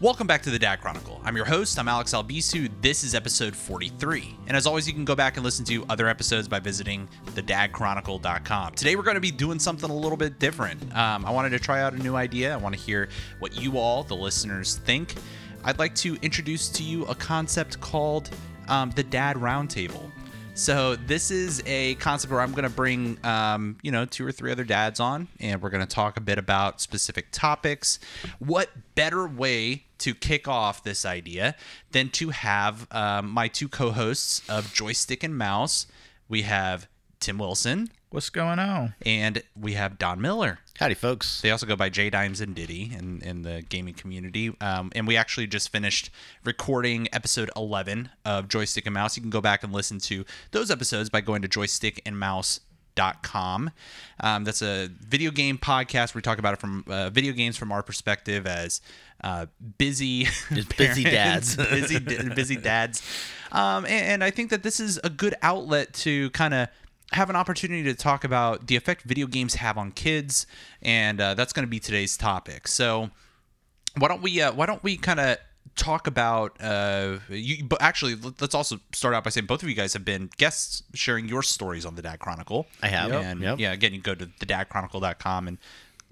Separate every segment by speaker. Speaker 1: Welcome back to the Dad Chronicle. I'm your host, I'm Alex Albisu. This is episode 43. And as always, you can go back and listen to other episodes by visiting thedadchronicle.com. Today, we're going to be doing something a little bit different. Um, I wanted to try out a new idea. I want to hear what you all, the listeners, think. I'd like to introduce to you a concept called um, the Dad Roundtable. So this is a concept where I'm going to bring, um, you know, two or three other dads on, and we're going to talk a bit about specific topics. What better way to kick off this idea than to have um, my two co-hosts of Joystick and Mouse? We have Tim Wilson
Speaker 2: What's going on?
Speaker 1: and we have Don Miller.
Speaker 3: Howdy, folks.
Speaker 1: They also go by J Dimes and Diddy in, in the gaming community. Um, and we actually just finished recording episode 11 of Joystick and Mouse. You can go back and listen to those episodes by going to joystickandmouse.com. Um, that's a video game podcast. We talk about it from uh, video games from our perspective as uh, busy,
Speaker 3: Just busy
Speaker 1: parents,
Speaker 3: dads.
Speaker 1: busy, busy dads. Um, and, and I think that this is a good outlet to kind of have an opportunity to talk about the effect video games have on kids, and uh, that's going to be today's topic. So, why don't we? Uh, why don't we kind of talk about? Uh, you, but actually, let- let's also start out by saying both of you guys have been guests sharing your stories on the Dad Chronicle.
Speaker 3: I have. Yep.
Speaker 1: And
Speaker 3: Yep.
Speaker 1: yeah, again, you can go to thedadchronicle.com and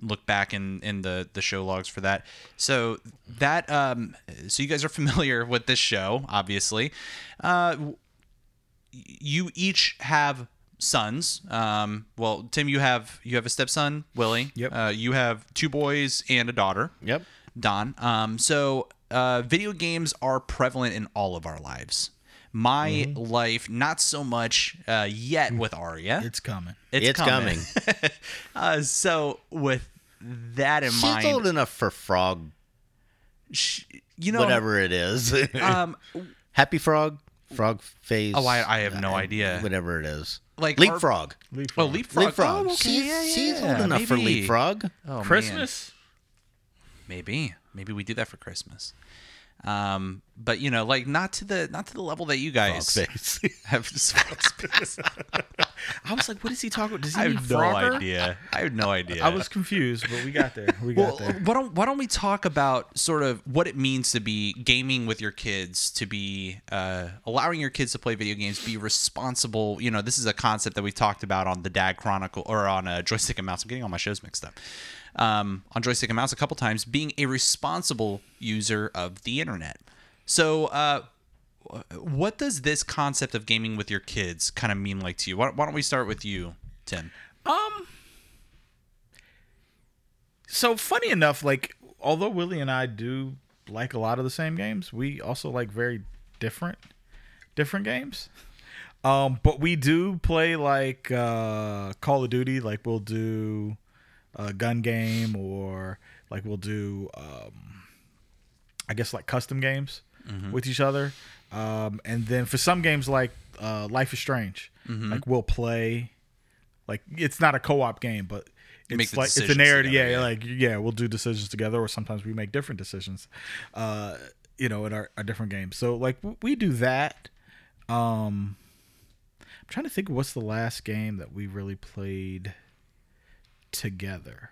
Speaker 1: look back in in the the show logs for that. So that um, so you guys are familiar with this show, obviously. Uh, you each have sons. Um, well, Tim, you have you have a stepson, Willie.
Speaker 2: Yep.
Speaker 1: Uh, you have two boys and a daughter.
Speaker 3: Yep.
Speaker 1: Don. Um, so uh, video games are prevalent in all of our lives. My
Speaker 3: Mm-hmm.
Speaker 1: life, not so much uh, yet with Aria.
Speaker 2: It's coming.
Speaker 3: It's coming.
Speaker 1: uh, so with that in
Speaker 3: She's
Speaker 1: mind,
Speaker 3: old enough for frog,
Speaker 1: sh- you know,
Speaker 3: whatever it is.
Speaker 1: Um,
Speaker 3: Happy frog, frog phase.
Speaker 1: oh, I, I have no idea.
Speaker 3: Whatever it is.
Speaker 1: Like our-
Speaker 3: leapfrog.
Speaker 1: Oh, leapfrog.
Speaker 3: Leapfrog.
Speaker 1: Oh, okay.
Speaker 3: she's,
Speaker 1: yeah,
Speaker 3: she's
Speaker 1: yeah,
Speaker 3: old enough for
Speaker 1: maybe.
Speaker 3: leapfrog.
Speaker 1: Oh, man.
Speaker 4: Christmas.
Speaker 1: Maybe. Maybe we do that for Christmas. Um, but you know, like not to the not to the level that you guys
Speaker 3: Face.
Speaker 1: have swallowed space.
Speaker 4: I was like, what is he talking about? Does he
Speaker 1: I
Speaker 4: mean
Speaker 1: have no
Speaker 4: Frogger?
Speaker 1: idea. I have no idea.
Speaker 2: I was confused, but we got there. We
Speaker 1: well,
Speaker 2: got there.
Speaker 1: why don't why don't we talk about sort of what it means to be gaming with your kids, to be uh, allowing your kids to play video games, be responsible. You know, this is a concept that we've talked about on the Dad Chronicle or on uh, Joystick and Mouse. I'm getting all my shows mixed up. Um, on Joystick and Mouse, a couple times, being a responsible user of the internet. So, uh, what does this concept of gaming with your kids kind of mean like to you? Why, why don't we start with you, Tim?
Speaker 2: Um. So funny enough, like although Willie and I do like a lot of the same games, we also like very different, different games. Um, but we do play like uh, Call of Duty. Like we'll do a gun game, or like we'll do, um, I guess like custom games
Speaker 1: Mm-hmm.
Speaker 2: with each other. Um, and then for some games like uh, Life is Strange,
Speaker 1: Mm-hmm.
Speaker 2: like we'll play like it's not a co-op game but
Speaker 1: You make
Speaker 2: it's
Speaker 1: the
Speaker 2: like it's a
Speaker 1: decisions
Speaker 2: narrative
Speaker 1: together,
Speaker 2: yeah,
Speaker 1: yeah.
Speaker 2: like yeah we'll do decisions together or sometimes we make different decisions uh you know in our, our different games so like w- we do that um i'm trying to think of what's the last game that we really played together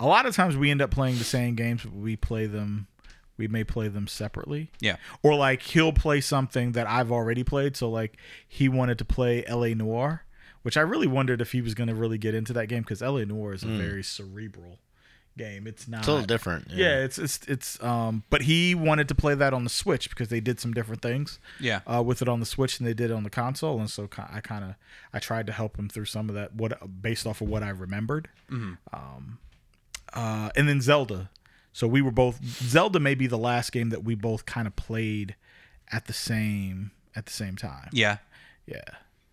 Speaker 2: a lot of times we end up playing the same games but we play them we may play them separately
Speaker 1: Yeah.
Speaker 2: or like he'll play something that I've already played. So like he wanted to play L.A. Noir, which I really wondered if he was going to really get into that game because L.A. Noir is a very cerebral game. It's not
Speaker 3: It's a little different.
Speaker 2: Yeah, it's it's it's um. But he wanted to play that on the Switch because they did some different things
Speaker 1: Yeah.
Speaker 2: uh, with it on the Switch than they did on the console, and so ki- I kind of I tried to help him through some of that what based off of what I remembered. Um, uh, and then Zelda. So we were both Zelda may be the last game that we both kind of played at the same at the same time.
Speaker 1: yeah.
Speaker 2: Yeah.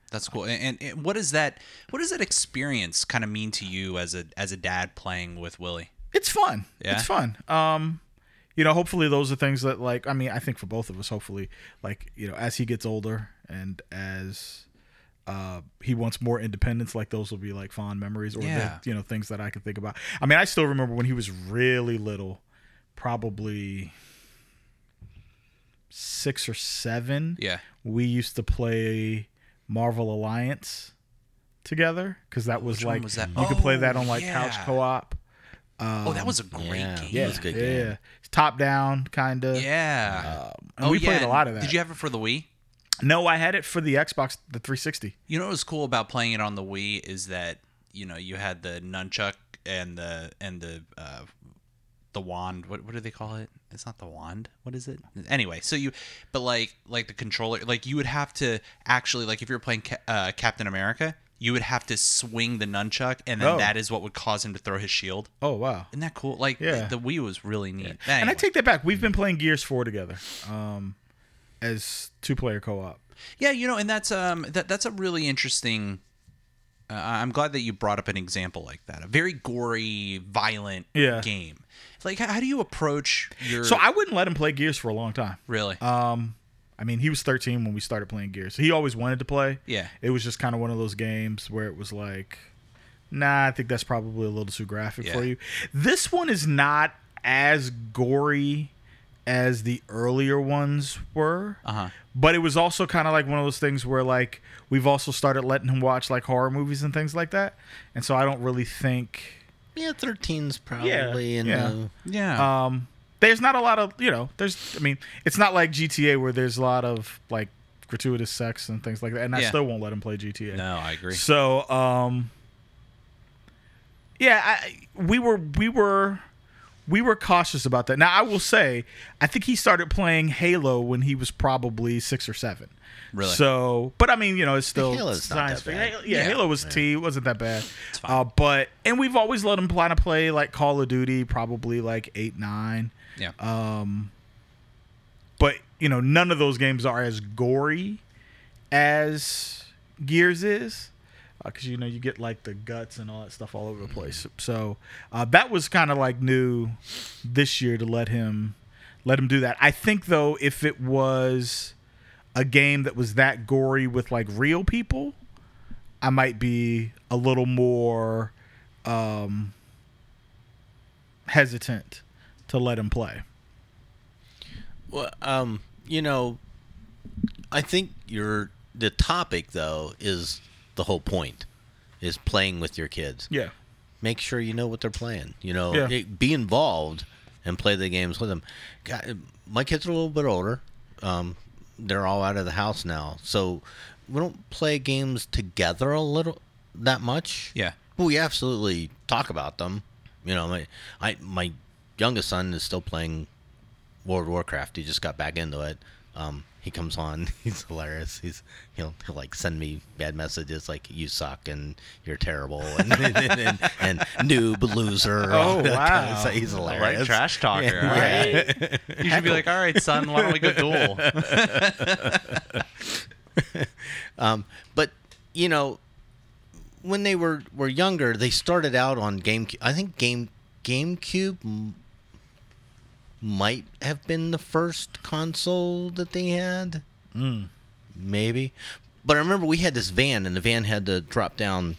Speaker 1: That's cool. And, and, and what does that what does that experience kind of mean to you as a as a dad playing with Willie?
Speaker 2: It's fun.
Speaker 1: Yeah?
Speaker 2: It's fun. Um you know, hopefully those are things that like I mean, I think for both of us hopefully like, you know, as he gets older and as uh, he wants more independence. Like those will be like fond memories, or
Speaker 1: Yeah.
Speaker 2: the, you know things that I can think about. I mean, I still remember when he was really little, probably six or seven.
Speaker 1: Yeah.
Speaker 2: we used to play Marvel Alliance together because that was
Speaker 1: one
Speaker 2: like
Speaker 1: was that?
Speaker 2: you could play that
Speaker 1: Oh,
Speaker 2: on like couch
Speaker 1: yeah.
Speaker 2: co-op.
Speaker 1: oh, that was a great
Speaker 3: yeah.
Speaker 1: game.
Speaker 2: Um, Yeah,
Speaker 3: It was a good
Speaker 2: yeah,
Speaker 3: game.
Speaker 2: yeah. It's top down kind of.
Speaker 1: Yeah.
Speaker 2: Um, and we played a lot of that.
Speaker 1: Did you have it for the Wii?
Speaker 2: No, I had it for the Xbox, the 360.
Speaker 1: You know what was cool about playing it on the Wii is that you know you had the nunchuck and the and the uh, the wand. What what do they call it? It's not the wand. What is it? Anyway, so you but like like the controller, like you would have to actually like if you're playing Ca- uh, Captain America, you would have to swing the nunchuck, and then
Speaker 2: Oh.
Speaker 1: that is what would cause him to throw his shield.
Speaker 2: Oh wow.
Speaker 1: Isn't that cool? Like
Speaker 2: Yeah.
Speaker 1: the, the Wii was really neat.
Speaker 2: And I
Speaker 1: Anyway.
Speaker 2: take that back. We've been playing Gears 4 together, um, as two player co op.
Speaker 1: Yeah, you know, and that's um that that's a really interesting. Uh, I'm glad that you brought up an example like that. A very gory, violent
Speaker 2: Yeah.
Speaker 1: game. Like, how, how do you approach your?
Speaker 2: So I wouldn't let him play Gears for a long time.
Speaker 1: really,
Speaker 2: Um, I mean, he was 13 when we started playing Gears. He always wanted to play.
Speaker 1: Yeah.
Speaker 2: It was just kind of one of those games where it was like, nah, I think that's probably a little too graphic
Speaker 1: Yeah.
Speaker 2: for you. This one is not as gory as the earlier ones were.
Speaker 1: Uh-huh.
Speaker 2: But it was also kind of like one of those things where like we've also started letting him watch like horror movies and things like that. And so I don't really think
Speaker 3: Yeah, 13's probably uh, in
Speaker 2: yeah.
Speaker 3: the.
Speaker 1: yeah,
Speaker 2: um, there's not a lot of you know there's i mean it's not like gta where there's a lot of like gratuitous sex and things like that and i
Speaker 1: Yeah.
Speaker 2: still won't let him play gta
Speaker 1: no, I agree.
Speaker 2: so um yeah I, we were we were we were cautious about that now i will say i think he started playing halo when he was probably six or seven
Speaker 1: Really?
Speaker 2: so but i mean you know it's still
Speaker 3: Halo's not that
Speaker 2: fiction.
Speaker 3: bad.
Speaker 2: Halo- yeah,
Speaker 1: Yeah.
Speaker 2: halo was t wasn't that bad
Speaker 1: fine.
Speaker 2: uh, but and we've always let him kind of play like call of duty probably like eight nine
Speaker 1: Yeah,
Speaker 2: but you know none of those games are as gory as gears is because you know you get like the guts and all that stuff all over the place so uh, that was kind of like new this year to let him let him do that i think though if it was a game that was that gory with like real people i might be a little more um hesitant to let him play
Speaker 3: Well, um, you know, I think your the topic though is the whole point is playing with your kids.
Speaker 2: yeah
Speaker 3: Make sure you know what they're playing. You know,
Speaker 2: Yeah.
Speaker 3: it- be involved and play the games with them. God, my kids are a little bit older. Um, they're all out of the house now, so we don't play games together a little that much.
Speaker 1: yeah,
Speaker 3: Well, we absolutely talk about them. You know, my I, my youngest son is still playing World of Warcraft. He just got back into it. Um, he comes on. He's hilarious. He's he'll, he'll like send me bad messages like "you suck" and "you're terrible" and and, and, and "noob loser." and all
Speaker 2: Oh,
Speaker 3: that kind of
Speaker 2: wow.
Speaker 3: stuff. He's hilarious.
Speaker 1: talker.
Speaker 3: Yeah.
Speaker 1: You should be like, all right, son, why don't we go duel?
Speaker 3: Um, but you know, when they were were younger, they started out on Game. I think Game GameCube m- might have been the first console that they had. Mm. Maybe, but I remember we had this van, and the van had the drop down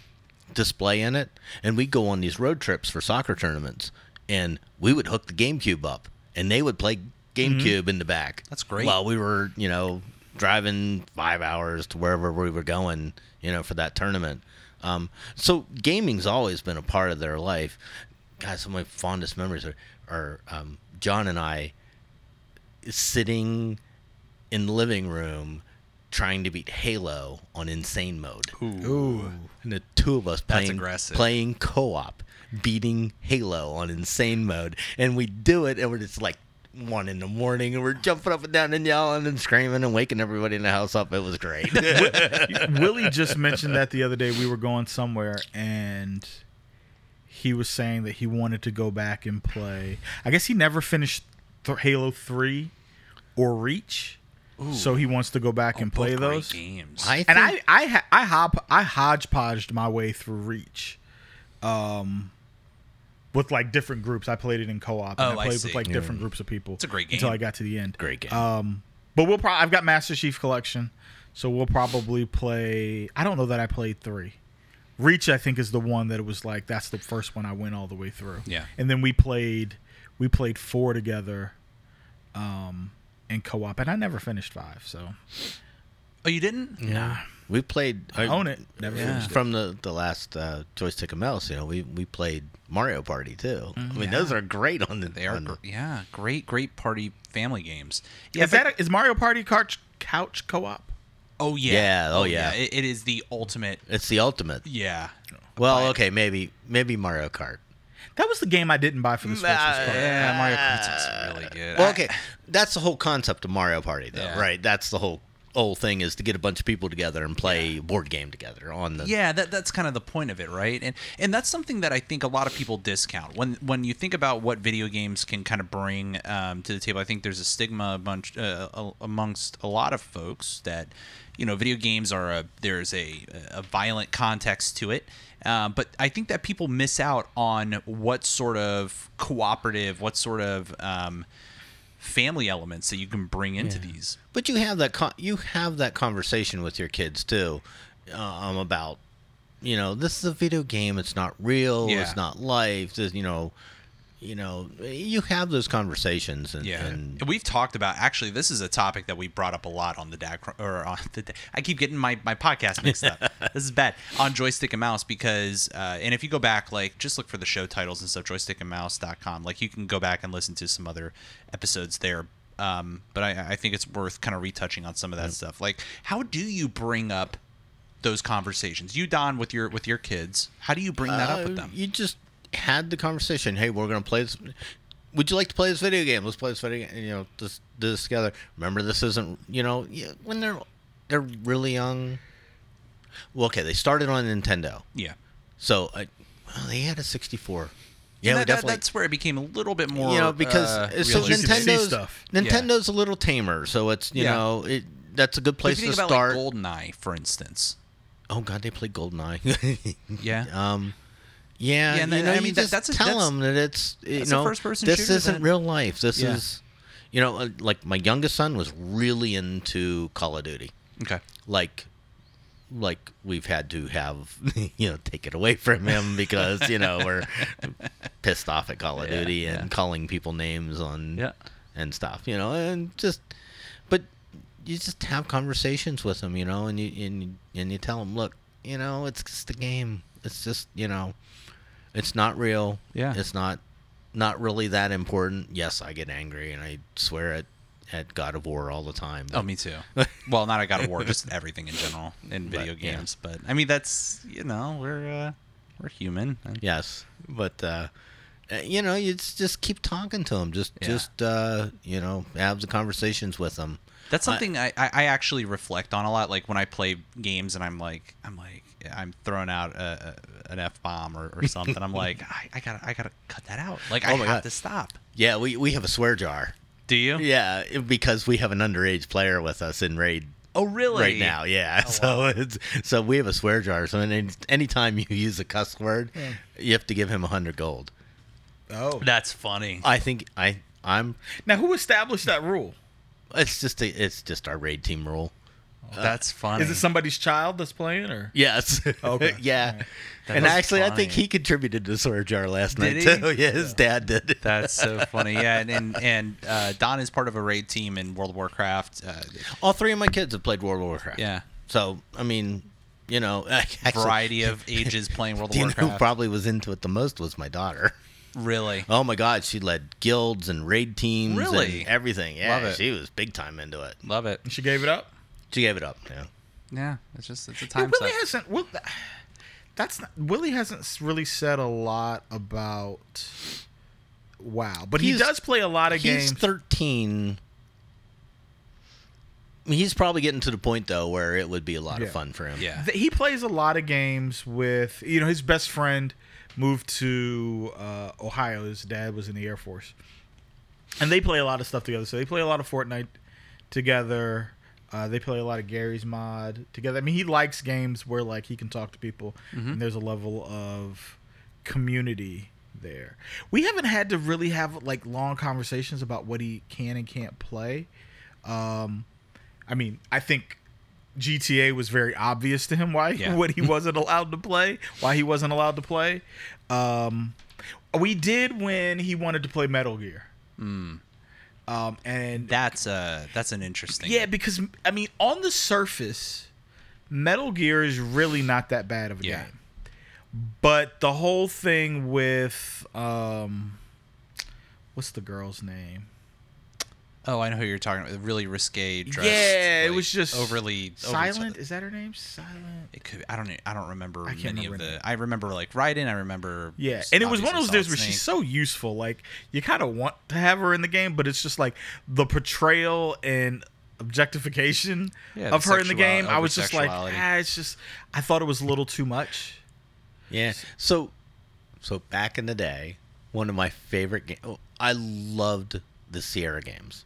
Speaker 3: display in it, and we'd go on these road trips for soccer tournaments, and we would hook the GameCube up, and they would play GameCube in the back.
Speaker 1: Mm-hmm. That's great.
Speaker 3: While we were, you know, driving five hours to wherever we were going, you know, for that tournament. Um, so gaming's always been a part of their life. God, some of my fondest memories are, are um, John and I sitting in the living room trying to beat Halo on insane mode.
Speaker 2: ooh
Speaker 3: And the two of us playing
Speaker 1: aggressive.
Speaker 3: playing co-op, beating Halo on insane mode, and we do it, and we're just like one in the morning, and we're jumping up and down and yelling and screaming and waking everybody in the house up. It was great.
Speaker 2: Willie just mentioned that the other day. We were going somewhere and he was saying that he wanted to go back and play. I guess he never finished th- Halo 3 or Reach. So he wants to go back and play
Speaker 1: Oh, Both great
Speaker 2: those.
Speaker 1: games.
Speaker 3: I
Speaker 2: And
Speaker 3: think-
Speaker 2: I I ha- I hop I hodgepodged my way through Reach. Um with like different groups. I played it in co-op
Speaker 1: Oh,
Speaker 2: and
Speaker 1: I
Speaker 2: I played
Speaker 1: see.
Speaker 2: with like different groups of people. It's
Speaker 1: a great
Speaker 2: Until
Speaker 1: game.
Speaker 2: I got to the end.
Speaker 3: great game.
Speaker 2: Um, but we'll probably I've got Master Chief Collection, so we'll probably play. I don't know that I played three. Reach, I think, is the one that it was like that's the first one I went all the way through.
Speaker 1: Yeah.
Speaker 2: and then we played we played four together, um, in co op, and I never finished five. So
Speaker 1: oh, you didn't?
Speaker 3: yeah. We played. I
Speaker 2: Own it. Never
Speaker 1: Yeah.
Speaker 3: From the the last uh, joystick of mouse, you know, we we played Mario Party too. I mean, those are great on the.
Speaker 1: They are,
Speaker 3: on the-
Speaker 1: gr- yeah, great, great party family games. Yeah,
Speaker 2: Is
Speaker 1: but-
Speaker 2: that a, is Mario Party couch couch co-op?
Speaker 1: oh yeah,
Speaker 3: Yeah, oh, yeah.
Speaker 1: It, it is the ultimate.
Speaker 3: it's the ultimate.
Speaker 1: Yeah,
Speaker 3: Well, okay, maybe maybe Mario Kart.
Speaker 2: That was the game I didn't buy for the Switch. was
Speaker 3: Nah,
Speaker 2: Party.
Speaker 1: yeah, Mario Kart's really good.
Speaker 3: Ah. Well,
Speaker 1: I-
Speaker 3: okay, that's the whole concept of Mario Party, though,
Speaker 1: Yeah.
Speaker 3: right? That's the whole whole thing is to get a bunch of people together and play a board game together on the.
Speaker 1: yeah that, that's kind of the point of it right and and that's something that i think a lot of people discount when when you think about what video games can kind of bring um, to the table i think there's a stigma bunch uh, a- amongst a lot of folks that you know video games are a there's a, a violent context to it um, but I think that people miss out on what sort of cooperative, what sort of um, family elements that you can bring into these.
Speaker 3: But you have that con- you have that conversation with your kids too, um, about you know this is a video game. It's not real.
Speaker 1: Yeah.
Speaker 3: It's not life. This, you know, you know you have those conversations and,
Speaker 1: Yeah,
Speaker 3: and
Speaker 1: And we've talked about actually. This is a topic that we brought up a lot on the DAC or on the. Da- I keep getting my my podcast mixed up. this is bad on joystick and mouse because uh, and if you go back like just look for the show titles and stuff joystickandmouse.com like you can go back and listen to some other episodes there. Um, but I, I think it's worth kind of retouching on some of that stuff. Like, how do you bring up those conversations? You Don with your with your kids. How do you bring that up with
Speaker 3: Uh,
Speaker 1: them?
Speaker 3: You just had the conversation. Hey, we're gonna play this. Would you like to play this video game? Let's play this video game. You know, this do this together. Remember, this isn't. You know, you- when they're they're really young. Well, okay, they started on Nintendo,
Speaker 1: yeah.
Speaker 3: so I, well, they had a sixty-four.
Speaker 1: And
Speaker 3: Yeah,
Speaker 1: that, that-
Speaker 3: definitely.
Speaker 1: that's where it became a little bit more.
Speaker 3: you know, because
Speaker 1: uh,
Speaker 3: uh, so
Speaker 2: realistic. You can see
Speaker 3: Nintendo's
Speaker 2: stuff.
Speaker 3: Nintendo's a little tamer, so it's you
Speaker 1: Yeah.
Speaker 3: know it. That's a good
Speaker 1: But if
Speaker 3: place
Speaker 1: you
Speaker 3: to
Speaker 1: think about like
Speaker 3: start.
Speaker 1: Goldeneye, for instance.
Speaker 3: oh God, they play GoldenEye.
Speaker 1: Yeah.
Speaker 3: Um, yeah,
Speaker 1: Yeah, and
Speaker 3: you
Speaker 1: that-
Speaker 3: know,
Speaker 1: I
Speaker 3: you
Speaker 1: mean, that-
Speaker 3: just
Speaker 1: that's a-
Speaker 3: tell
Speaker 1: that's-
Speaker 3: them that it's you
Speaker 1: that's a
Speaker 3: know
Speaker 1: first-person
Speaker 3: this
Speaker 1: shooter
Speaker 3: isn't
Speaker 1: that-
Speaker 3: real life. This
Speaker 1: Yeah.
Speaker 3: is, you know, uh, like my youngest son was really into Call of Duty,
Speaker 1: Okay.
Speaker 3: like, like we've had to have you know take it away from him because you know we're pissed off at Call of
Speaker 1: Yeah,
Speaker 3: Duty
Speaker 1: yeah.
Speaker 3: and calling people names on
Speaker 1: Yeah.
Speaker 3: and stuff, you know, and just but you just have conversations with them, you know, and you and you, and you tell them, look, you know, it's just a game. It's just you know, it's not real.
Speaker 1: Yeah.
Speaker 3: it's not not really that important. Yes, I get angry and I swear at at God of War all the time.
Speaker 1: Oh, me too. well, not I got of War, just everything in general in video
Speaker 3: yeah.
Speaker 1: games. But I mean, that's you know we're uh, we're human. And-
Speaker 3: Yes, but uh, uh, you know, you just just keep talking to them. Just
Speaker 1: Yeah.
Speaker 3: just uh, you know, have the conversations with them.
Speaker 1: That's something I, I, I actually reflect on a lot. Like when I play games and I'm like I'm like I'm throwing out a, a, an f bomb or, or something. I'm like I, I gotta I gotta cut that out. Like I
Speaker 3: Oh
Speaker 1: have
Speaker 3: my God.
Speaker 1: to stop.
Speaker 3: Yeah, we we have a swear jar.
Speaker 1: Do you?
Speaker 3: Yeah, it- because we have an underage player with us in raid
Speaker 1: Oh really? Oh,
Speaker 3: right now. Yeah, so it's so we have a swear jar. So any anytime you use a cuss word, you have to give him a hundred gold.
Speaker 2: Oh,
Speaker 1: That's funny.
Speaker 3: I think I I'm.
Speaker 2: now who established that rule?
Speaker 3: It's just a, it's just our raid team rule.
Speaker 1: that's funny.
Speaker 2: Is it somebody's child that's playing, or
Speaker 3: Yes.
Speaker 2: Okay.
Speaker 3: yeah. And
Speaker 1: is
Speaker 3: actually, I think
Speaker 1: funny.
Speaker 3: he contributed to swear jar last
Speaker 1: Did
Speaker 3: night
Speaker 1: he?
Speaker 3: too. Yeah, his dad did.
Speaker 1: That's so funny. Yeah, and and, and uh, Don is part of a raid team in World of Warcraft. Uh,
Speaker 3: All three of my kids have played World of Warcraft.
Speaker 1: yeah,
Speaker 3: So I mean, you know, actually,
Speaker 1: variety of ages playing World of
Speaker 3: Do you know who
Speaker 1: Warcraft.
Speaker 3: probably was into it the most was my daughter.
Speaker 1: really?
Speaker 3: Oh my God, she led guilds and raid teams,
Speaker 1: Really?
Speaker 3: and everything. Yeah,
Speaker 1: Love it.
Speaker 3: she was big time into it.
Speaker 1: Love it.
Speaker 2: she gave it up?
Speaker 3: She gave it up. Yeah,
Speaker 1: Yeah, it's just it's a
Speaker 2: Yeah,
Speaker 1: time
Speaker 2: Willie
Speaker 1: suck.
Speaker 2: hasn't. Will, that's not, Willie hasn't s- really said a lot about WoW, but
Speaker 3: He's-
Speaker 2: he does play a lot of
Speaker 3: he's
Speaker 2: games.
Speaker 3: thirteen. He's probably getting to the point though where it would be a lot
Speaker 2: Yeah.
Speaker 3: of fun for him.
Speaker 1: Yeah.
Speaker 2: Th- he plays a lot of games with you know his best friend moved to uh, Ohio. His dad was in the Air Force, and they play a lot of stuff together. So they play a lot of Fortnite together. Uh, they play a lot of Gary's mod together. I mean, he likes games where like he can talk to people, and there's a level of community there. We haven't had to really have like long conversations about what he can and can't play. Um, I mean, I think GTA was very obvious to him why
Speaker 1: Yeah.
Speaker 2: what he wasn't allowed to play, why he wasn't allowed to play. Um, we did when he wanted to play Metal Gear.
Speaker 1: Hmm.
Speaker 2: Um, and
Speaker 1: That's uh that's an interesting.
Speaker 2: yeah, because I mean, on the surface, Metal Gear is really not that bad of a
Speaker 1: Yeah.
Speaker 2: game. But the whole thing with um what's the girl's name?
Speaker 1: Oh, I know who you're talking about. The really risque dress.
Speaker 2: Yeah, it was just
Speaker 1: overly over the top.
Speaker 2: Silent, is that her name? Silent.
Speaker 1: It could. I don't. know- I don't remember
Speaker 2: I can't
Speaker 1: many
Speaker 2: remember
Speaker 1: of
Speaker 2: her
Speaker 1: the. I remember like Raiden. I remember.
Speaker 2: Yeah,
Speaker 1: s-
Speaker 2: and it was one of those
Speaker 1: obviously
Speaker 2: days where
Speaker 1: Solid
Speaker 2: she's
Speaker 1: Snake.
Speaker 2: so useful. Like you kind of want to have her in the game, but it's just like the portrayal and objectification
Speaker 1: Yeah, the
Speaker 2: of her in the
Speaker 1: sexuali-
Speaker 2: game. I was just like,
Speaker 1: over-sexuality.
Speaker 2: ah, it's just. I thought it was a little too much.
Speaker 3: Yeah. So, so back in the day, one of my favorite games. Oh, I loved the Sierra games,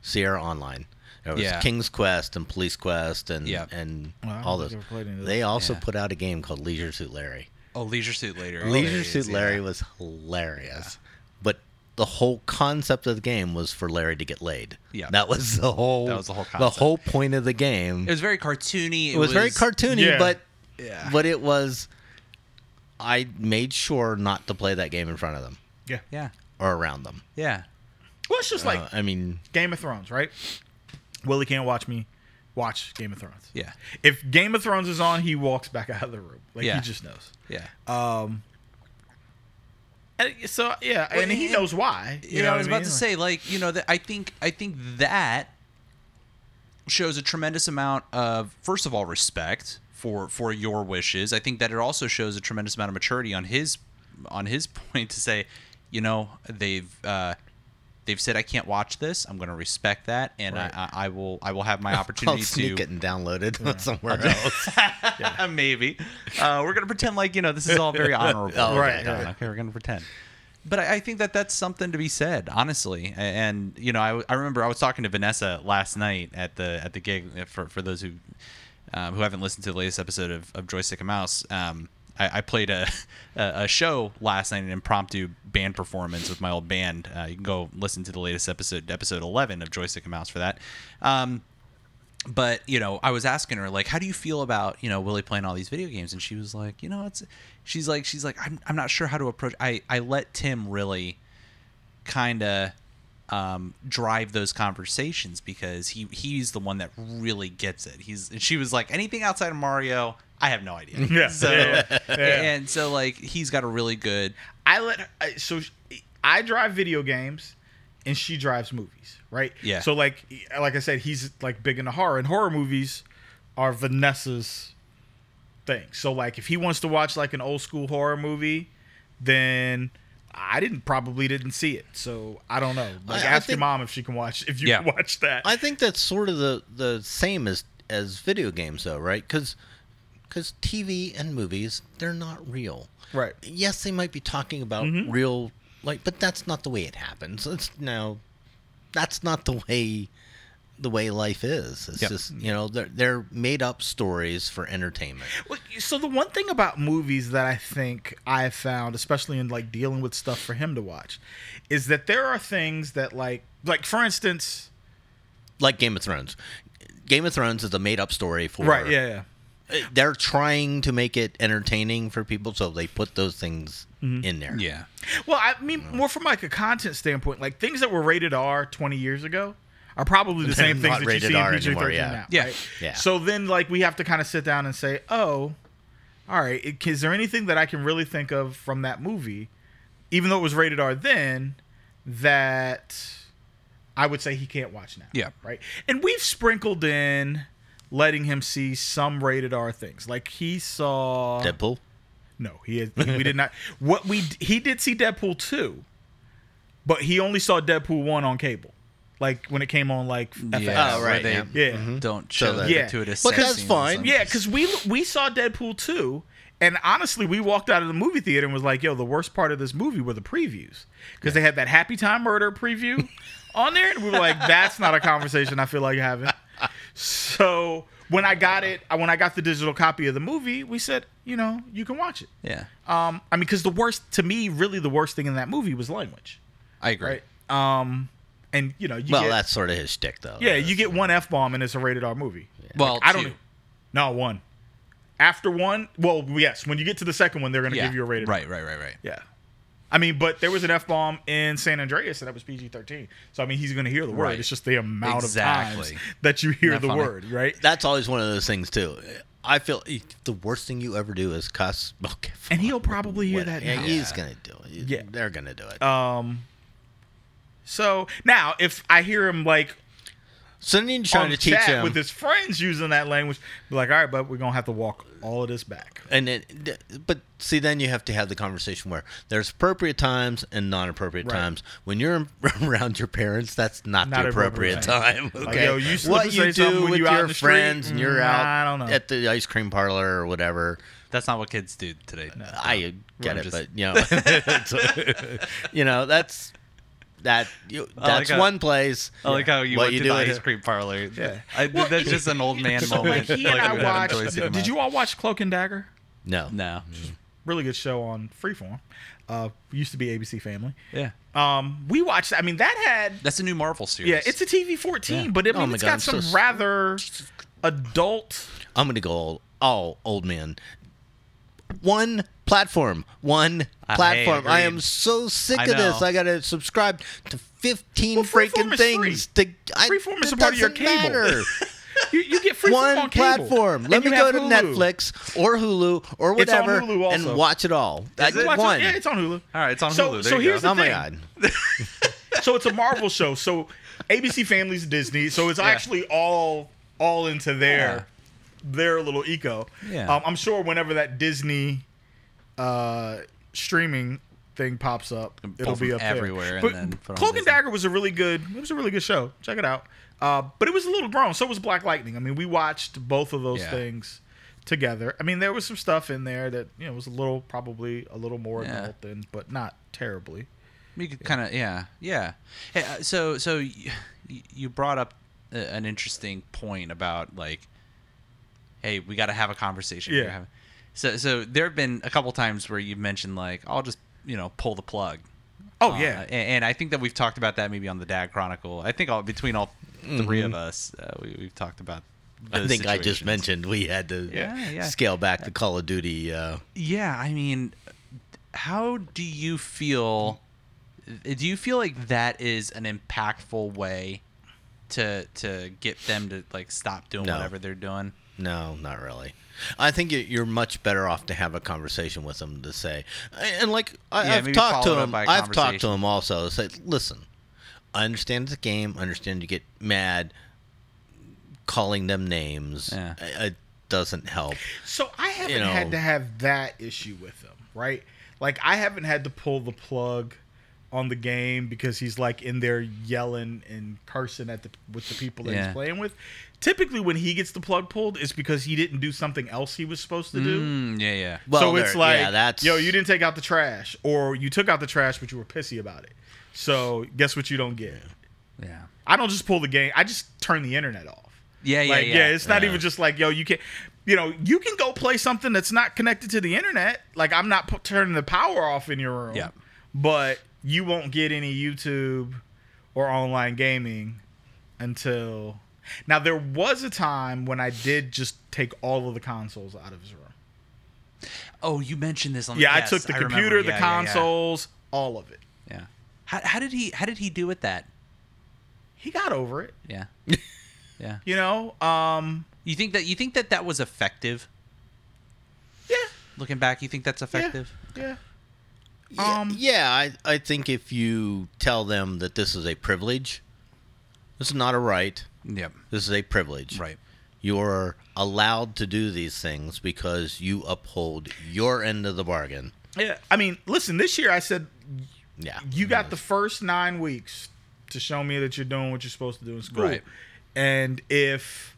Speaker 3: Sierra Online. There was
Speaker 1: Yeah.
Speaker 3: King's Quest and Police Quest and
Speaker 1: Yeah.
Speaker 3: and
Speaker 2: Well, I don't
Speaker 3: all
Speaker 2: think
Speaker 3: those.
Speaker 2: I ever played any of those.
Speaker 3: They also
Speaker 1: Yeah.
Speaker 3: put out a game called Leisure Suit Larry.
Speaker 1: Oh, Leisure Suit Larry.
Speaker 3: Leisure
Speaker 1: Larry
Speaker 3: Suit
Speaker 1: is- yeah.
Speaker 3: Larry was hilarious, but the whole concept of the game was for Larry to get laid.
Speaker 1: Yeah.
Speaker 3: that was the whole.
Speaker 1: That was the whole
Speaker 3: The
Speaker 1: concept.
Speaker 3: whole point of the game.
Speaker 1: It was very cartoony. It,
Speaker 3: It was, very cartoony,
Speaker 2: Yeah.
Speaker 3: but
Speaker 1: Yeah.
Speaker 3: but it was. I made sure not to play that game in front of them
Speaker 2: Yeah.
Speaker 1: Yeah.
Speaker 3: or around them.
Speaker 1: Yeah.
Speaker 2: Well, it's just like
Speaker 3: Uh, I mean,
Speaker 2: Game of Thrones, right? Willie can't watch me watch Game of Thrones.
Speaker 1: Yeah.
Speaker 2: If Game of Thrones is on, he walks back out of the room. Like
Speaker 1: Yeah.
Speaker 2: he just knows.
Speaker 1: Yeah.
Speaker 2: And so yeah, and he
Speaker 1: and-
Speaker 2: knows why. You
Speaker 1: yeah,
Speaker 2: know
Speaker 1: I was about
Speaker 2: what
Speaker 1: to
Speaker 2: mean?
Speaker 1: say, like, you know, that I think I think that shows a tremendous amount of, first of all, respect for for your wishes. I think that it also shows a tremendous amount of maturity on his on his point to say, you know, they've uh, they've said I can't watch this. I'm going to respect that, and I, I, I will I will have my
Speaker 3: I'll
Speaker 1: opportunity
Speaker 3: sneak
Speaker 1: to
Speaker 3: it and download it somewhere else.
Speaker 1: maybe uh, we're gonna pretend like you know this is all very honorable
Speaker 3: Oh, okay,
Speaker 2: Right,
Speaker 1: okay,
Speaker 2: right.
Speaker 1: okay, we're gonna pretend but I, I think that that's something to be said honestly A- and you know I, I remember i was talking to vanessa last night at the at the gig uh, for, for those who um, who haven't listened to the latest episode of, of joystick and mouse um, I, I played a, a a show last night an impromptu band performance with my old band uh, you can go listen to the latest episode episode 11 of joystick and mouse for that um, but you know i was asking her like how do you feel about you know willie playing all these video games and she was like you know it's she's like she's like i'm, I'm not sure how to approach i i let tim really kind of um, drive those conversations because he he's the one that really gets it he's and she was like anything outside of mario i have no idea
Speaker 2: Yeah.
Speaker 1: so
Speaker 2: Yeah, yeah, yeah.
Speaker 1: and so like he's got a really good
Speaker 2: I let her, I- so sh- I drive video games and she drives movies, right?
Speaker 1: Yeah.
Speaker 2: So like like I said, he's like big into horror and horror movies are Vanessa's thing. So like if he wants to watch like an old school horror movie, then I didn't probably didn't see it. So I don't know. Like
Speaker 3: I
Speaker 2: ask your
Speaker 3: think-
Speaker 2: mom if she can watch if you
Speaker 1: Yeah.
Speaker 2: can watch that.
Speaker 3: I think that's sort of the the same as as video games, though, right? Because because TV and movies, they're not real.
Speaker 2: Right.
Speaker 3: Yes, they might be talking about
Speaker 2: Mm-hmm.
Speaker 3: real, like, but that's not the way it happens. It's no, that's not the way the way life is. It's
Speaker 1: Yep.
Speaker 3: just you know they're they're made up stories for entertainment.
Speaker 2: Well, So the one thing about movies that I think I have found, especially in like dealing with stuff for him to watch, is that there are things that like like for instance,
Speaker 3: Like Game of Thrones. Game of Thrones is a made up story for
Speaker 2: right? Yeah, yeah.
Speaker 3: they're trying to make it entertaining for people, so they put those things
Speaker 2: Mm-hmm.
Speaker 3: in there.
Speaker 1: yeah
Speaker 2: Well, I mean, more from like a content standpoint, like things that were rated R 20 years ago are probably the same things
Speaker 3: Not
Speaker 2: that you
Speaker 3: rated
Speaker 2: see in
Speaker 3: R
Speaker 2: PG-13
Speaker 3: anymore, yeah.
Speaker 2: now.
Speaker 1: Yeah.
Speaker 2: right?
Speaker 3: Yeah.
Speaker 2: So then, like, we have to kind of sit down and say, oh, all right, i- is there anything that I can really think of from that movie, even though it was rated R then, that I would say he can't watch now?
Speaker 1: Yeah.
Speaker 2: Right. And we've sprinkled in letting him see some rated R things. Like, he saw.
Speaker 3: Deadpool.
Speaker 2: No, he is. We did not. What we he did see Deadpool two, but he only saw Deadpool one on cable, like when it came on like FX.
Speaker 1: yeah
Speaker 3: Oh,
Speaker 1: where
Speaker 3: right,
Speaker 1: they
Speaker 3: yeah.
Speaker 2: Yeah,
Speaker 1: don't show
Speaker 3: that-
Speaker 1: the
Speaker 2: Yeah.
Speaker 1: gratuitous
Speaker 3: Well,
Speaker 1: sex
Speaker 3: that's
Speaker 1: scenes.
Speaker 3: fine.
Speaker 1: I'm
Speaker 2: yeah, because we we saw Deadpool two, and honestly, we walked out of the movie theater and was like, "Yo, the worst part of this movie were the previews because they had that Happy Time Murder preview on there, and we were like, that's not a conversation I feel like having." So when I got it, when I got the digital copy of the movie, we said, you know, you can watch it.
Speaker 1: yeah
Speaker 2: Um, I mean, because the worst to me, really, the worst thing in that movie was language,
Speaker 1: i agree
Speaker 2: right? Um, and you know, you
Speaker 3: Well,
Speaker 2: get,
Speaker 3: that's sort of his shtick, though.
Speaker 2: yeah, you get one f bomb and it's a rated R movie.
Speaker 1: well
Speaker 2: I don't
Speaker 1: two.
Speaker 2: know. No one. After one, well, yes, when you get to the second one, they're gonna
Speaker 1: yeah
Speaker 2: give you a rated. R.
Speaker 1: right right right right
Speaker 2: Yeah. I mean, but there was an F bomb in San Andreas, and that was PG 13. So, I mean, he's going to hear the word.
Speaker 1: Right.
Speaker 2: It's just the amount of
Speaker 1: Exactly.
Speaker 2: times that you hear
Speaker 1: Isn't that
Speaker 2: the
Speaker 1: funny?
Speaker 2: word, right?
Speaker 3: That's always one of those things too. I feel the worst thing you ever do is cuss. Okay,
Speaker 2: And he'll probably hear that
Speaker 3: Yeah,
Speaker 2: now.
Speaker 3: he's gonna do it.
Speaker 2: Yeah.
Speaker 3: Yeah, they're gonna do it.
Speaker 2: Um, so now, if I hear him like
Speaker 3: so then you're
Speaker 2: on
Speaker 3: trying to
Speaker 2: the
Speaker 3: teach
Speaker 2: chat
Speaker 3: him,
Speaker 2: with his friends using that language, be like, all right, but we're gonna have to walk all of this back.
Speaker 3: and then, but see, then you have to have the conversation where there's appropriate times and non-appropriate
Speaker 2: Right.
Speaker 3: times. When you're around your parents, that's not,
Speaker 2: Not
Speaker 3: the
Speaker 2: appropriate
Speaker 3: appropriate time. Okay,
Speaker 2: Like, yo, you slip
Speaker 3: what
Speaker 2: and
Speaker 3: you
Speaker 2: say something
Speaker 3: do
Speaker 2: when
Speaker 3: with
Speaker 2: you out in
Speaker 3: your
Speaker 2: the street,
Speaker 3: friends and you're
Speaker 2: mm,
Speaker 3: out
Speaker 2: I don't know.
Speaker 3: at the ice cream parlor or whatever.
Speaker 1: That's not what kids do today.
Speaker 3: I get
Speaker 1: I'm
Speaker 3: it,
Speaker 1: just-
Speaker 3: but you know, it's- you know that's that. You,
Speaker 1: like
Speaker 3: that's
Speaker 1: how-
Speaker 3: one place.
Speaker 1: I like how you
Speaker 3: What
Speaker 1: went
Speaker 3: you
Speaker 1: to
Speaker 3: do
Speaker 1: the
Speaker 3: with
Speaker 1: ice
Speaker 3: it.
Speaker 1: cream parlor.
Speaker 2: Yeah.
Speaker 1: I, that's just an old man
Speaker 2: So like
Speaker 1: moment.
Speaker 2: he and
Speaker 1: Like,
Speaker 2: I
Speaker 1: that enjoys
Speaker 2: watched.
Speaker 1: him
Speaker 2: Did
Speaker 1: out.
Speaker 2: you all watch Cloak and Dagger?
Speaker 3: No,
Speaker 1: No.
Speaker 2: Really good show on Freeform. Uh, used to be ABC Family.
Speaker 1: Yeah.
Speaker 2: Um, we watched. I mean, that had
Speaker 1: That's a new Marvel series.
Speaker 2: yeah. It's a TV fourteen, but it,
Speaker 3: Oh
Speaker 2: I mean,
Speaker 3: my
Speaker 2: it's
Speaker 3: God,
Speaker 2: got
Speaker 3: I'm
Speaker 2: some
Speaker 3: so s-
Speaker 2: rather adult.
Speaker 3: I'm gonna go all, all old man. One platform, one
Speaker 1: I
Speaker 3: platform. I,
Speaker 1: agree.
Speaker 3: am so sick
Speaker 1: I
Speaker 3: of this.
Speaker 1: know.
Speaker 3: I gotta subscribe to 15
Speaker 2: Well, Freeform
Speaker 3: freaking
Speaker 2: is free.
Speaker 3: things. To, I,
Speaker 2: Freeform is
Speaker 3: it
Speaker 2: a part of your
Speaker 3: doesn't
Speaker 2: cable.
Speaker 3: matter.
Speaker 2: You, you get Freeform
Speaker 3: one
Speaker 2: on cable,
Speaker 3: platform.
Speaker 2: and
Speaker 3: Let
Speaker 2: you
Speaker 3: me go
Speaker 2: have
Speaker 3: to
Speaker 2: Hulu.
Speaker 3: Netflix or Hulu or
Speaker 2: It's on
Speaker 3: whatever
Speaker 2: Hulu also.
Speaker 3: and watch it all. That's
Speaker 2: Watch it-
Speaker 3: one.
Speaker 2: yeah, it's on Hulu.
Speaker 1: All right, it's on
Speaker 2: so,
Speaker 1: Hulu. There
Speaker 2: so
Speaker 1: you
Speaker 2: here's
Speaker 1: go.
Speaker 2: the
Speaker 3: oh my
Speaker 2: thing.
Speaker 3: god.
Speaker 2: so it's a Marvel show. So ABC Family's Disney. So it's actually all all into their their little eco.
Speaker 1: Yeah.
Speaker 2: Um, I'm sure whenever that Disney uh, streaming thing pops up, it'll
Speaker 1: from
Speaker 2: be up there.
Speaker 1: everywhere and
Speaker 2: But
Speaker 1: then put on
Speaker 2: Cloak and
Speaker 1: Disney.
Speaker 2: Dagger was a really good. It was a really good show. Check it out. Uh, but it was a little grown. So was Black Lightning. I mean, we watched both of those
Speaker 1: Yeah.
Speaker 2: things together. I mean, there was some stuff in there that you know was a little probably a little more
Speaker 1: Yeah.
Speaker 2: adult than, but not terribly.
Speaker 1: You could kind of yeah yeah. Hey, uh, so so y- you brought up a, an interesting point about like, hey, we got to have a conversation.
Speaker 2: Yeah.
Speaker 1: We're having- So so there have been a couple times where you've mentioned like I'll just you know pull the plug.
Speaker 2: Oh
Speaker 1: Uh,
Speaker 2: yeah.
Speaker 1: and, and I think that we've talked about that maybe on the Dad Chronicle. I think all between all 3
Speaker 2: Mm-hmm.
Speaker 1: of us, uh, we, we've talked about.
Speaker 3: I
Speaker 1: those
Speaker 3: think I just
Speaker 1: situations.
Speaker 3: mentioned we had to
Speaker 1: Yeah, yeah.
Speaker 3: scale back the Call of Duty. Uh,
Speaker 1: Yeah, I mean, how do you feel? Do you feel like that is an impactful way to to get them to like stop doing
Speaker 3: No.
Speaker 1: whatever they're doing?
Speaker 3: no, not really. I think you- you're much better off to have a conversation with them to say, and like I,
Speaker 1: Yeah,
Speaker 3: I've
Speaker 1: maybe
Speaker 3: talked to
Speaker 1: follow it up
Speaker 3: him.
Speaker 1: by a
Speaker 3: I've talked to
Speaker 1: conversation.
Speaker 3: him also. Say, listen, I understand the game. I understand you get mad, calling them names.
Speaker 1: Yeah.
Speaker 3: I- It doesn't help.
Speaker 2: So I haven't
Speaker 3: know.
Speaker 2: had to have that issue with him, right? Like I haven't had to pull the plug on the game because he's like in there yelling and cursing at the with the people that
Speaker 1: Yeah.
Speaker 2: he's playing with. Typically, when he gets the plug pulled, it's because he didn't do something else he was supposed to do.
Speaker 1: Mm, yeah, yeah.
Speaker 3: Well,
Speaker 2: so it's
Speaker 3: there-
Speaker 2: like,
Speaker 3: yeah, that's
Speaker 2: yo, you didn't take out the trash, or you took out the trash but you were pissy about it. So guess what? You don't get.
Speaker 1: Yeah.
Speaker 2: I don't just pull the game. I just turn the internet off.
Speaker 1: Yeah, yeah,
Speaker 2: like
Speaker 1: yeah.
Speaker 2: yeah, it's not
Speaker 3: Yeah.
Speaker 2: even just like yo you can you know you can go play something that's not connected to the internet like i'm not pu- turning the power off in your room
Speaker 1: Yeah.
Speaker 2: but you won't get any youtube or online gaming until now there was a time when i did just take all of the consoles out of his room
Speaker 1: oh, you mentioned this on. the
Speaker 2: yeah
Speaker 1: yes,
Speaker 2: i took the
Speaker 1: remember.
Speaker 2: computer the
Speaker 1: Yeah, yeah, yeah.
Speaker 2: consoles all of it
Speaker 1: Yeah. How, how did he How did he do with that?
Speaker 2: he got over it
Speaker 1: Yeah. yeah.
Speaker 2: you know um
Speaker 1: You think that you think that that was effective?
Speaker 2: yeah
Speaker 1: Looking back, you think that's effective?
Speaker 2: yeah
Speaker 3: Yeah,
Speaker 2: Um,
Speaker 3: yeah, I, I think if you tell them that this is a privilege, this is not a right.
Speaker 1: Yep.
Speaker 3: This is a privilege.
Speaker 1: Right.
Speaker 3: You're allowed to do these things because you uphold your end of the bargain.
Speaker 2: yeah i mean listen this year i said
Speaker 3: Yeah.
Speaker 2: you got the first nine weeks to show me that you're doing what you're supposed to do in school.
Speaker 1: Right.
Speaker 2: And if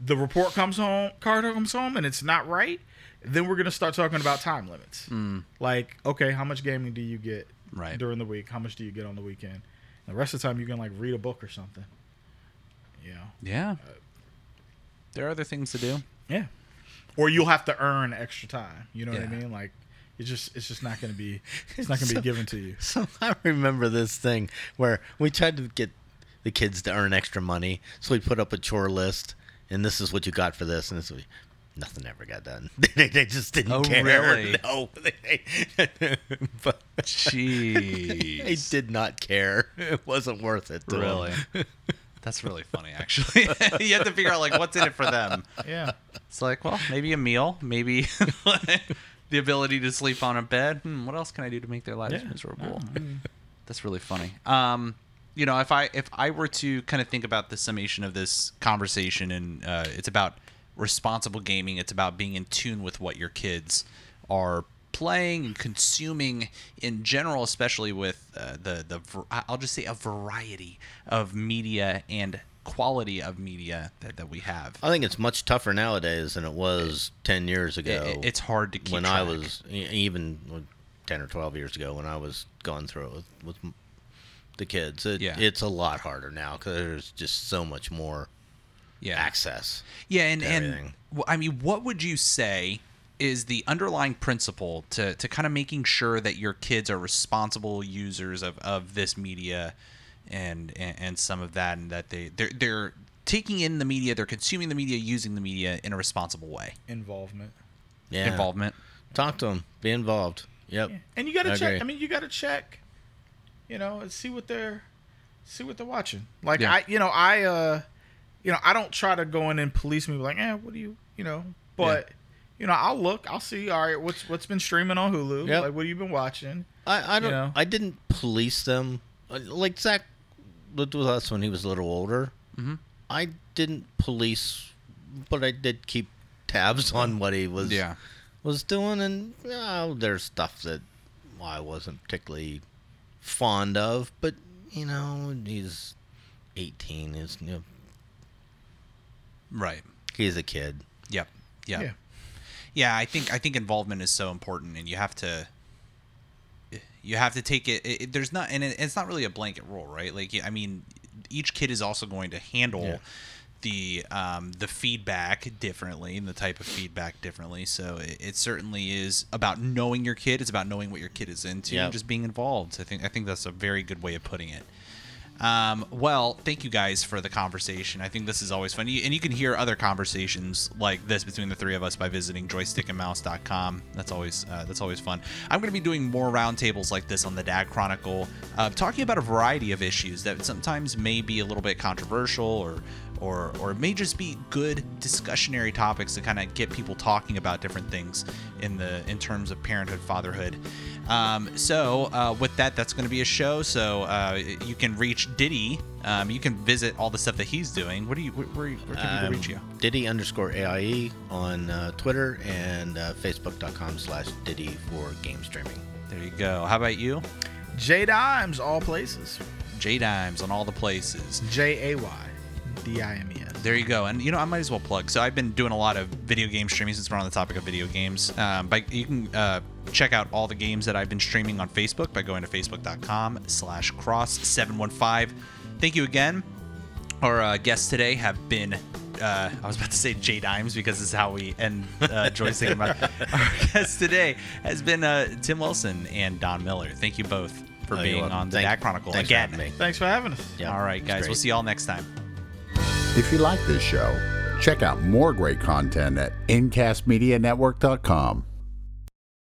Speaker 2: the report comes home, card comes home, and it's not right, then we're gonna start talking about time limits. Like, okay, how much gaming do you get
Speaker 1: Mm. Right.
Speaker 2: during the week? How much do you get on the weekend? the rest of the time, you can like read a book or something. Yeah.
Speaker 1: Yeah. There are other things to do.
Speaker 2: Yeah. Or you'll have to earn extra time. You know what I
Speaker 1: Yeah.
Speaker 2: mean? Like, it's just it's just not gonna be it's not gonna be given to you.
Speaker 3: So I remember this thing where we tried to get the kids to earn extra money. So we put up a chore list, and this is what you got for this, and this is what you- nothing ever got done. they, they just didn't
Speaker 1: Oh,
Speaker 3: care.
Speaker 1: really?
Speaker 3: No, they, but
Speaker 1: Jeez.
Speaker 3: they did not care. It wasn't worth it. To 'em.
Speaker 1: Really? That's really funny, actually. you have to figure out like what's in it for them.
Speaker 2: Yeah.
Speaker 1: It's like, well, maybe a meal, maybe the ability to sleep on a bed. Hmm, what else can I do to make their lives
Speaker 2: Yeah.
Speaker 1: miserable? That's really funny. Um, you know, if I if I were to kind of think about the summation of this conversation, and uh, it's about responsible gaming. It's about being in tune with what your kids are playing and consuming in general, especially with uh, the the var- I'll just say a variety of media and quality of media that, that we have.
Speaker 3: I think it's much tougher nowadays than it was ten years ago.
Speaker 1: It- it's hard to keep
Speaker 3: when I
Speaker 1: track.
Speaker 3: was e- even when- ten or twelve years ago when I was going through it with, with m- the kids. It,
Speaker 1: Yeah.
Speaker 3: It's a lot harder now because there's just so much more
Speaker 1: yeah.
Speaker 3: access.
Speaker 1: Yeah, and and
Speaker 3: everything.
Speaker 1: wh- I mean, what would you say is the underlying principle to to kind of making sure that your kids are responsible users of of this media and and, and some of that, and that they they're, they're taking in the media, they're consuming the media, using the media in a responsible way.
Speaker 2: Involvement.
Speaker 3: Yeah.
Speaker 1: Involvement.
Speaker 3: Talk to them. Be involved. Yep.
Speaker 2: And you got to
Speaker 3: I
Speaker 2: check.
Speaker 3: agree.
Speaker 2: I mean, you got to check. You know, and see what they're see what they're watching. Like
Speaker 1: Yeah.
Speaker 2: I, you know, I, uh you know, I don't try to go in and police me like, eh, what do you, you know, but. You know, I'll look. I'll see. All right, what's what's been streaming on Hulu?
Speaker 3: Yep.
Speaker 2: Like, what have you been watching?
Speaker 3: I, I don't.
Speaker 2: know?
Speaker 3: I didn't police them. Uh, Like Zach lived with us when he was a little older. Mm-hmm. I didn't police, but I did keep tabs on what he was
Speaker 1: Yeah.
Speaker 3: was doing, and you know, there's stuff that I wasn't particularly fond of. But you know, he's 18. Is you know,
Speaker 1: Right.
Speaker 3: he's a kid.
Speaker 1: Yep. Yep. Yeah. yeah i think i think involvement is so important and you have to you have to take it, it it- there's not and it, it's not really a blanket rule right like i mean each kid is also going to handle
Speaker 3: Yeah.
Speaker 1: the um, the feedback differently and the type of feedback differently so it, it certainly is about knowing your kid it's about knowing what your kid is into
Speaker 3: Yeah.
Speaker 1: and just being involved i think i think that's a very good way of putting it um, well, thank you guys for the conversation. I think this is always fun. You, and you can hear other conversations like this between the three of us by visiting joystickandmouse.com. That's always uh, that's always fun. I'm going to be doing more roundtables like this on the Dad Chronicle, uh, talking about a variety of issues that sometimes may be a little bit controversial or or or it may just be good discussionary topics to kind of get people talking about different things in the in terms of parenthood, fatherhood. Um, so uh, with that, that's going to be a show. So uh, you can reach Diddy. Um, you can visit all the stuff that he's doing. What do you? Where, where, where can people
Speaker 3: Um,
Speaker 1: reach you?
Speaker 3: Diddy underscore AIE on uh, Twitter and uh, Facebook.com slash Diddy for game streaming.
Speaker 1: There you go. How about you?
Speaker 2: J Dimes, all places.
Speaker 1: J Dimes on all the places.
Speaker 2: J A Y D I M E S.
Speaker 1: There you go. And you know, I might as well plug. So I've been doing a lot of video game streaming since we're on the topic of video games. Um, but you can uh, check out all the games that I've been streaming on Facebook by going to facebook.com/slash cross seven one five. Thank you again. Our uh, guests today have been. Uh, I was about to say J Dimes because this is how we end uh, joystick. and mouse. Our guest today has been uh, Tim Wilson and Don Miller. Thank you both for
Speaker 3: Oh, you're
Speaker 1: being
Speaker 3: welcome.
Speaker 1: on the
Speaker 3: Thank-
Speaker 1: Dak Chronicle
Speaker 3: thanks for
Speaker 1: again.
Speaker 3: having me.
Speaker 2: Thanks for having us.
Speaker 3: Yeah,
Speaker 1: All right,
Speaker 3: it's
Speaker 1: guys. We'll
Speaker 3: great.
Speaker 1: see y'all next time.
Speaker 5: If you like this show, check out more great content at incastmedianetwork.com.